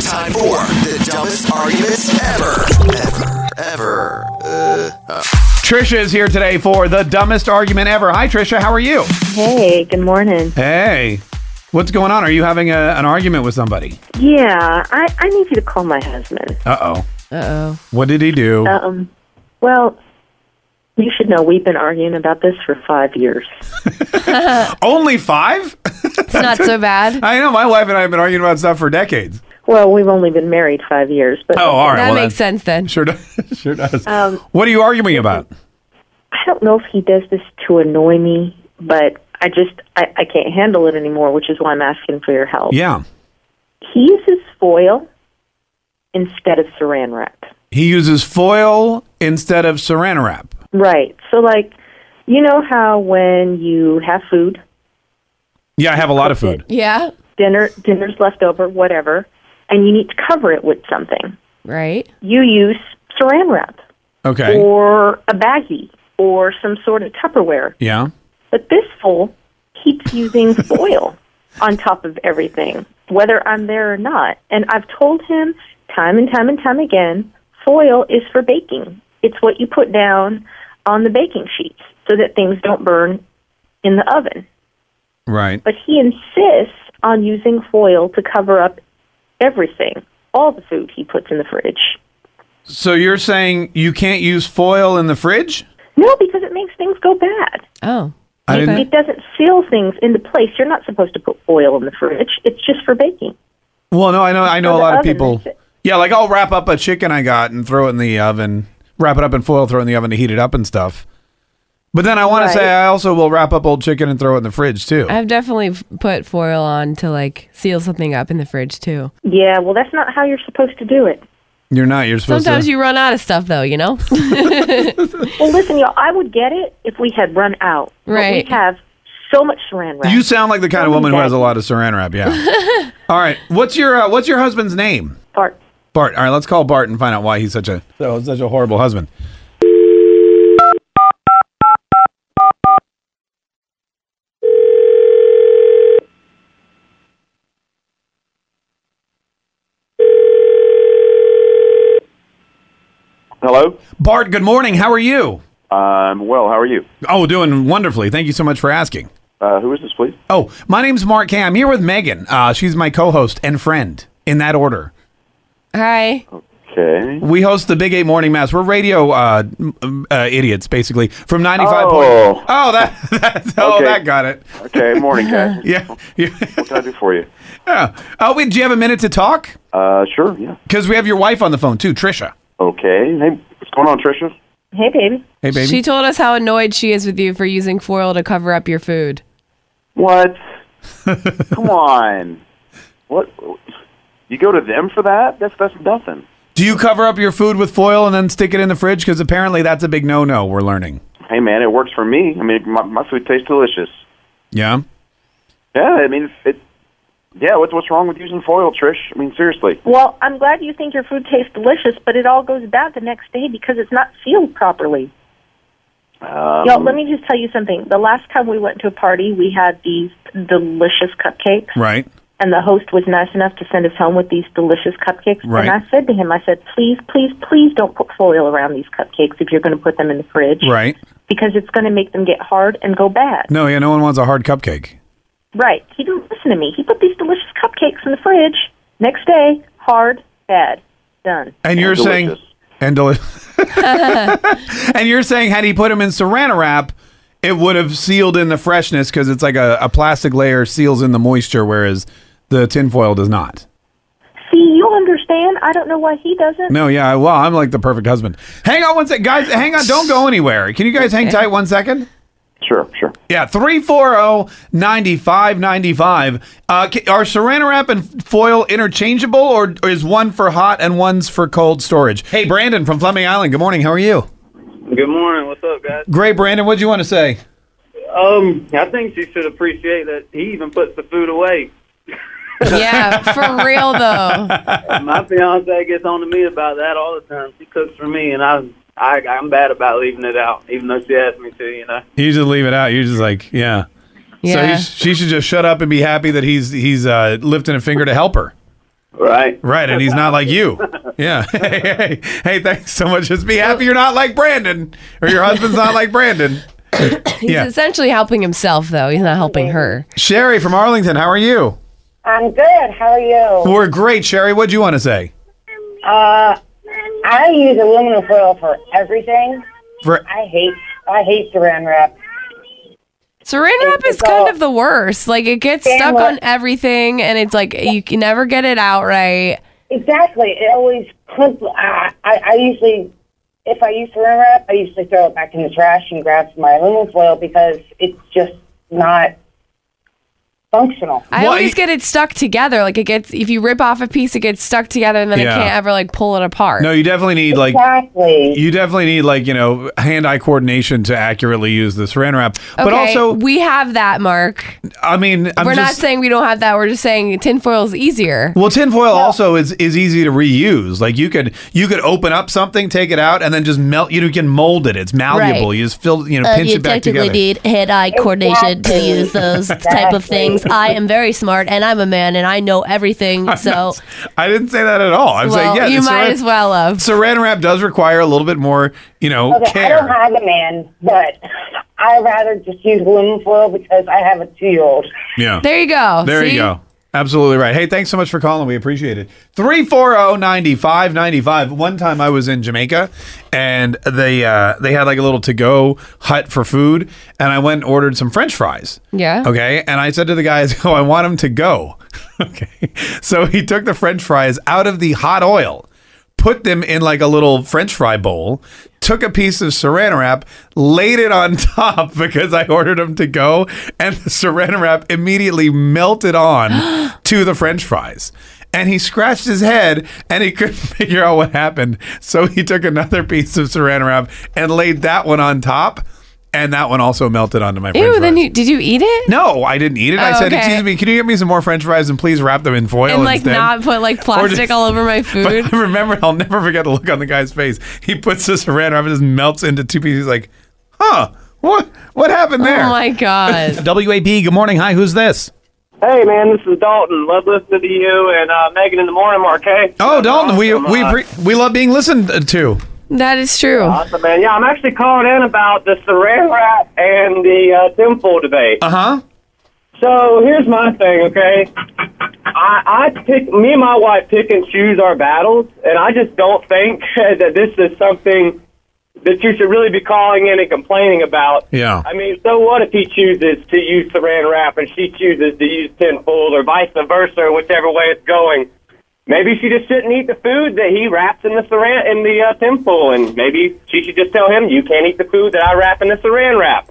Time for the dumbest arguments ever. Ever. Ever. Uh, Trisha is here today for the dumbest argument ever. Hi, Trisha. How are you? Hey, good morning. Hey, what's going on? Are you having a, an argument with somebody? Yeah, I, I need you to call my husband. Uh oh. Uh oh. What did he do? Um, well, you should know we've been arguing about this for five years. Only five? It's not so bad. I know. My wife and I have been arguing about stuff for decades. Well, we've only been married five years, but Oh, all right. that well, makes sense then. Sure does. Sure does. Um, what are you arguing about? I don't know if he does this to annoy me, but I just I, I can't handle it anymore, which is why I'm asking for your help. Yeah. He uses foil instead of saran wrap. He uses foil instead of saran wrap. Right. So, like, you know how when you have food Yeah, I have a lot of food. Yeah. dinner dinner's left over, whatever, and you need to cover it with something. Right. You use saran wrap Okay. or a baggie or some sort of Tupperware. Yeah. But this fool keeps using foil on top of everything, whether I'm there or not. And I've told him time and time and time again, foil is for baking. It's what you put down on the baking sheets so that things don't burn in the oven Right. but he insists on using foil to cover up everything, all the food he puts in the fridge. So you're saying you can't use foil in the fridge? No, because it makes things go bad. Oh. I didn't- It doesn't seal things into place. You're not supposed to put foil in the fridge. It's just for baking. Well, no, I know I know Or a the lot of oven people. makes it- Yeah, like I'll wrap up a chicken I got and throw it in the oven, wrap it up in foil, throw it in the oven to heat it up and stuff. But then I want to say Right. I also will wrap up old chicken and throw it in the fridge too. I've definitely f- put foil on to like seal something up in the fridge too. Yeah, well, that's not how you're supposed to do it. You're not. You're supposed Sometimes to. you run out of stuff though, you know? Well, listen, y'all, I would get it if we had run out. But Right. we have so much saran wrap. You sound like the kind of woman Something who that- has a lot of Saran wrap. Yeah. All right. What's your uh, What's your husband's name? Bart, Bart. All right. Let's call Bart and find out why he's such a so- such a horrible husband. Hello. Bart. Good morning. How are you? Um, well, how are you? Oh, doing wonderfully. Thank you so much for asking. Uh, who is this, please? Oh, my name's Mark Kay. I'm here with Megan. Uh, she's my co-host and friend in that order. Hi. Okay. We host the Big Eight Morning Mass. We're radio uh, m- uh, idiots, basically, from 95 Oh. point. Oh, that, that's, oh, Okay. that got it. Okay. Morning, guys. Yeah. What can I do for you? yeah. Oh, wait, do you have a minute to talk? Uh, sure. Yeah. Because we have your wife on the phone, too, Trisha. Okay. Hey, what's going on, Tricia? hey, baby. Hey, baby. She told us how annoyed she is with you for using foil to cover up your food. What? Come on. What? You go to them for that? That's that's nothing. do you cover up your food with foil and then stick it in the fridge? Because apparently that's a big no-no we're learning. Hey, man, it works for me. I mean, my, my food tastes delicious. Yeah? Yeah. I mean, it. Yeah. What's what's wrong with using foil, Trish? I mean, seriously. Well, I'm glad you think your food tastes delicious, but it all goes bad the next day because it's not sealed properly. Um, Y'all, let me just tell you something. The last time we went to a party, we had these delicious cupcakes, Right. and the host was nice enough to send us home with these delicious cupcakes. Right. And I said to him, I said, please, please, please don't put foil around these cupcakes if you're going to put them in the fridge. Right. Because it's going to make them get hard and go bad. No, yeah, no one wants a hard cupcake. Right. He didn't listen to me. He put these delicious cupcakes in the fridge. Next day, hard, bad, done. And you're saying, delicious. and deli- and you're saying, had he put them in Saran wrap, it would have sealed in the freshness because it's like a, a plastic layer seals in the moisture, whereas the tinfoil does not. See, you understand. I don't know why he doesn't. No, yeah, well, I'm like the perfect husband. Hang on one sec, guys. Hang on, don't go anywhere. Can you guys hang tight one second? Sure. Sure. Yeah, oh, 340-9595. Uh, ca- are saran wrap and foil interchangeable, or, or is one for hot and one's for cold storage? Hey, Brandon from Fleming Island. Good morning. How are you? Good morning. What's up, guys? Great, Brandon. What do you want to say? Um, I think she should appreciate that he even puts the food away. Yeah, for real though. My fiance gets on to me about that all the time. She cooks for me, and I, I, I'm bad about leaving it out, even though she asked me to. You know. You just leave it out. You're just like, yeah. So Yeah. he sh- she should just shut up and be happy that he's he's uh, lifting a finger to help her. right? Right, and he's not like you. Yeah. Hey, hey, hey, thanks so much. Just be happy you're not like Brandon, or your husband's not like Brandon. He's Yeah. essentially helping himself, though. He's not helping her. Sherry from Arlington, how are you? I'm good. How are you? We're great, Sherry. What'd you want to say? Uh, I use aluminum foil for everything. For, I hate I hate saran wrap. Saran wrap is It's kind all- of the worst. Like it gets stuck what- on everything, and it's like you can never get it out right. Exactly. It always clips. I, I I usually if I use saran wrap, I usually throw it back in the trash and grab some my aluminum foil because it's just not functional. I Well, always I- get it stuck together. Like it gets if you rip off a piece, it gets stuck together, and then Yeah. I can't ever like pull it apart. no, you definitely need like Exactly. you definitely need like you know hand-eye coordination to accurately use the saran wrap. But Okay, also, we have that, Mark. I mean, I'm We're not just, saying we don't have that. We're just saying tinfoil is easier. Well, tinfoil also is is easy to reuse. Like you could you could open up something, take it out, and then just melt. You know, you can mold it. It's malleable. Right. You just fill, you know, Uh, pinch you it back technically together. need head-eye coordination to Exactly. use those type of things. I am very smart, and I'm a man, and I know everything. so I didn't say that at all. I'm Well, saying yeah, you the might saran, as well have. Saran wrap does require a little bit more, you know, Okay, I care. don't have a man, but I rather just use aluminum foil because I have a two year old. yeah. There you go. There See? you go. Absolutely right. Hey, thanks so much for calling. We appreciate it. oh, 340-9595. One time I was in Jamaica and they uh, they had like a little to-go hut for food and I went and ordered some french fries. Yeah. Okay. And I said to the guys, "Oh, I want them to go." okay. So he took the french fries out of the hot oil, put them in like a little french fry bowl, took a piece of saran wrap, laid it on top because I ordered them to go, and the saran wrap immediately melted on to the french fries. And he scratched his head and he couldn't figure out what happened. So he took another piece of saran wrap and laid that one on top. And that one also melted onto my french Ew. fries. Then you did you eat it? No, I didn't eat it. I Oh, said, okay. "Excuse me, can you get me some more French fries and please wrap them in foil and like instead?" not put like plastic just- all over my food. But I remember, I'll never forget the look on the guy's face. He puts this saran wrap and just melts into two pieces. He's like, "Huh? What? What happened there?" oh my god. WAP. Good morning. Hi, who's this? Hey, man, this is Dalton. Love listening to you and uh, Megan in the morning, Marquet. Oh, Dalton, we Awesome, we uh, pre- we love being listened to. that is true. Awesome, man. Yeah, I'm actually calling in about the saran wrap and the uh, tinfoil debate. Uh huh. So here's my thing, okay? I, I pick me and my wife pick and choose our battles, and I just don't think that this is something that you should really be calling in and complaining about. Yeah. I mean, so what if he chooses to use saran wrap and she chooses to use tinfoil, or vice versa, or whichever way it's going? Maybe she just shouldn't eat the food that he wraps in the saran in the uh, tinfoil, and maybe she should just tell him you can't eat the food that I wrap in the saran wrap.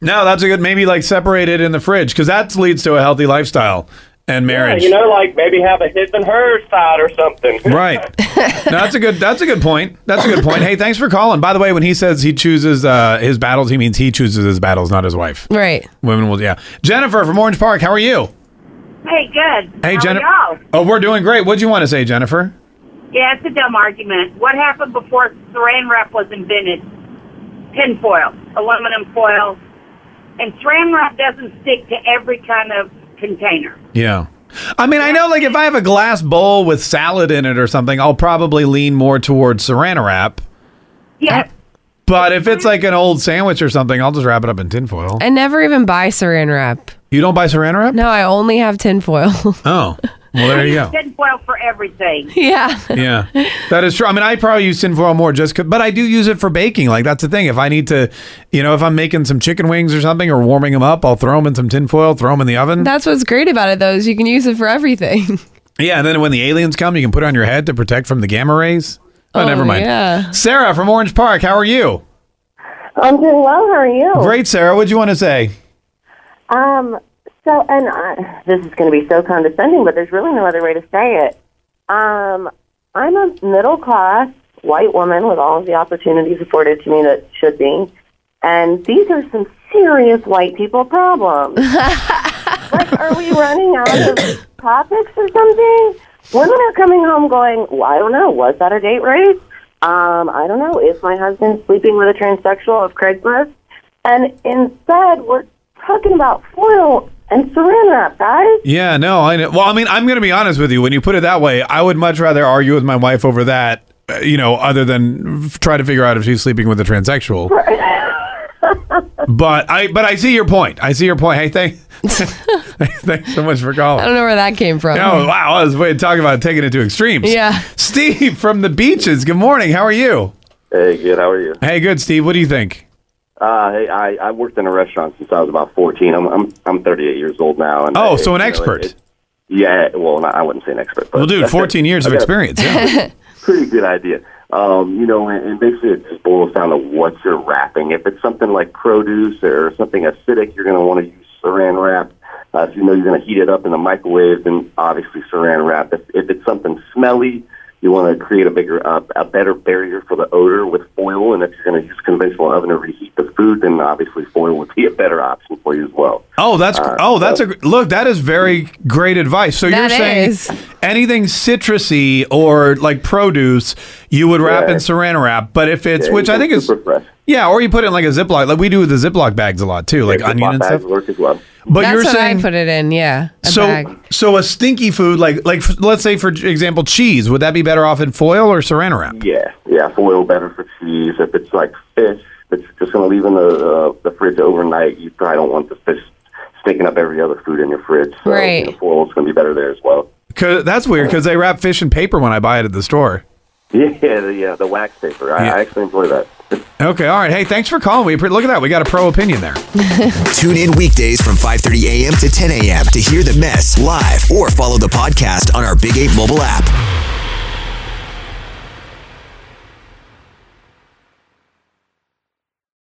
No, that's a good. Maybe like separate it in the fridge because that leads to a healthy lifestyle and marriage. You know, like maybe have a his and hers side or something. Right. No, that's a good. That's a good point. That's a good point. Hey, thanks for calling. By the way, when he says he chooses uh, his battles, he means he chooses his battles, not his wife. Right. Women will. Yeah. Jennifer from Orange Park. How are you? Hey, good. Hey, How Jennifer. are y'all? Oh, we're doing great. What'd you want to say, Jennifer? Yeah, it's a dumb argument. What happened before saran wrap was invented? Tinfoil, aluminum foil, and saran wrap doesn't stick to every kind of container. Yeah. I mean, I know, like, if I have a glass bowl with salad in it or something, I'll probably lean more towards Saran wrap. Yes, But if it's like an old sandwich or something, I'll just wrap it up in tinfoil. I never even buy saran wrap. You don't buy Saran wrap? No, I only have tinfoil. Oh. Well, there you go. tinfoil for everything. yeah. yeah, that is true. I mean, I probably use tinfoil more just 'cause- but I do use it for baking. Like that's the thing. If I need to, you know, if I'm making some chicken wings or something or warming them up, I'll throw them in some tinfoil, throw them in the oven. That's what's great about it, though, is you can use it for everything. yeah, and then when the aliens come, you can put it on your head to protect from the gamma rays. Oh, Oh, never mind. yeah. Sarah from Orange Park, how are you? I'm doing well. How are you? Great, Sarah. What'd you want to say? Um, so, and I, this is going to be so condescending, but there's really no other way to say it. Um, I'm a middle class white woman with all of the opportunities afforded to me that should be, and these are some serious white people problems. like, are we running out of topics or something? Women are coming home going, well, I don't know, was that a date rape? Um, I don't know, is my husband sleeping with a transsexual of Craigslist? And instead, we're talking about foil and saran wrap, guys. Yeah, no, I know. Well, I mean, I'm going to be honest with you. When you put it that way, I would much rather argue with my wife over that, uh, you know, other than f- try to figure out if she's sleeping with a transsexual. but I, but I see your point. I see your point. Hey, thank, thanks so much for I calling. don't know where that came from. Oh, wow, I was wait, talking about taking it to extremes. Yeah. Steve from the beaches. Good morning. How are you? Hey, good. How are you? Hey, good, Steve. What do you think? Uh, hey, I, I worked in a restaurant since I was about 14. I'm I'm, I'm 38 years old now. And Oh, I- so an you know, expert. it- it- yeah, well, not, I wouldn't say an expert. But Well, dude, 14 years of I got a experience. Yeah. Pretty good idea. Um, you know, and, and basically it just boils down to what you're wrapping. If it's something like produce or something acidic, you're going to want to use saran wrap. Uh, if you know you're going to heat it up in the microwave, then obviously saran wrap. If, if it's something smelly, you want to create a bigger, uh, a better barrier for the odor with foil. And if you're going to use conventional oven to reheat the food, then obviously foil would be a better option for you as well. Oh, that's oh, that's a look. That is very great advice. So That you're saying is. anything citrusy or like produce, you would wrap in saran wrap. But if it's Yeah, which I anything think is super fresh. yeah, or you put it in like a ziploc, like we do with the ziploc bags a lot too, like Ziploc onion and bags stuff. work as well. But That's you're what saying I put it in. Yeah. A so bag. so a stinky food like like f- let's say for example cheese would that be better off in foil or saran wrap? Yeah, yeah, foil better for cheese. If it's like fish, that's just going to leave in the uh, the fridge overnight. You probably don't want the fish stinking up every other food in your fridge. So, Right. You know, foil is going to be better there as well. Cause that's weird because they wrap fish in paper when I buy it at the store. Yeah, the uh, the wax paper. I, I actually enjoy that. Okay, all right. Hey, thanks for calling. We appre- look at that. We got a pro opinion there. Tune in weekdays from 5:30 a.m. to 10 a.m. to hear the mess live or follow the podcast on our Big 8 mobile app.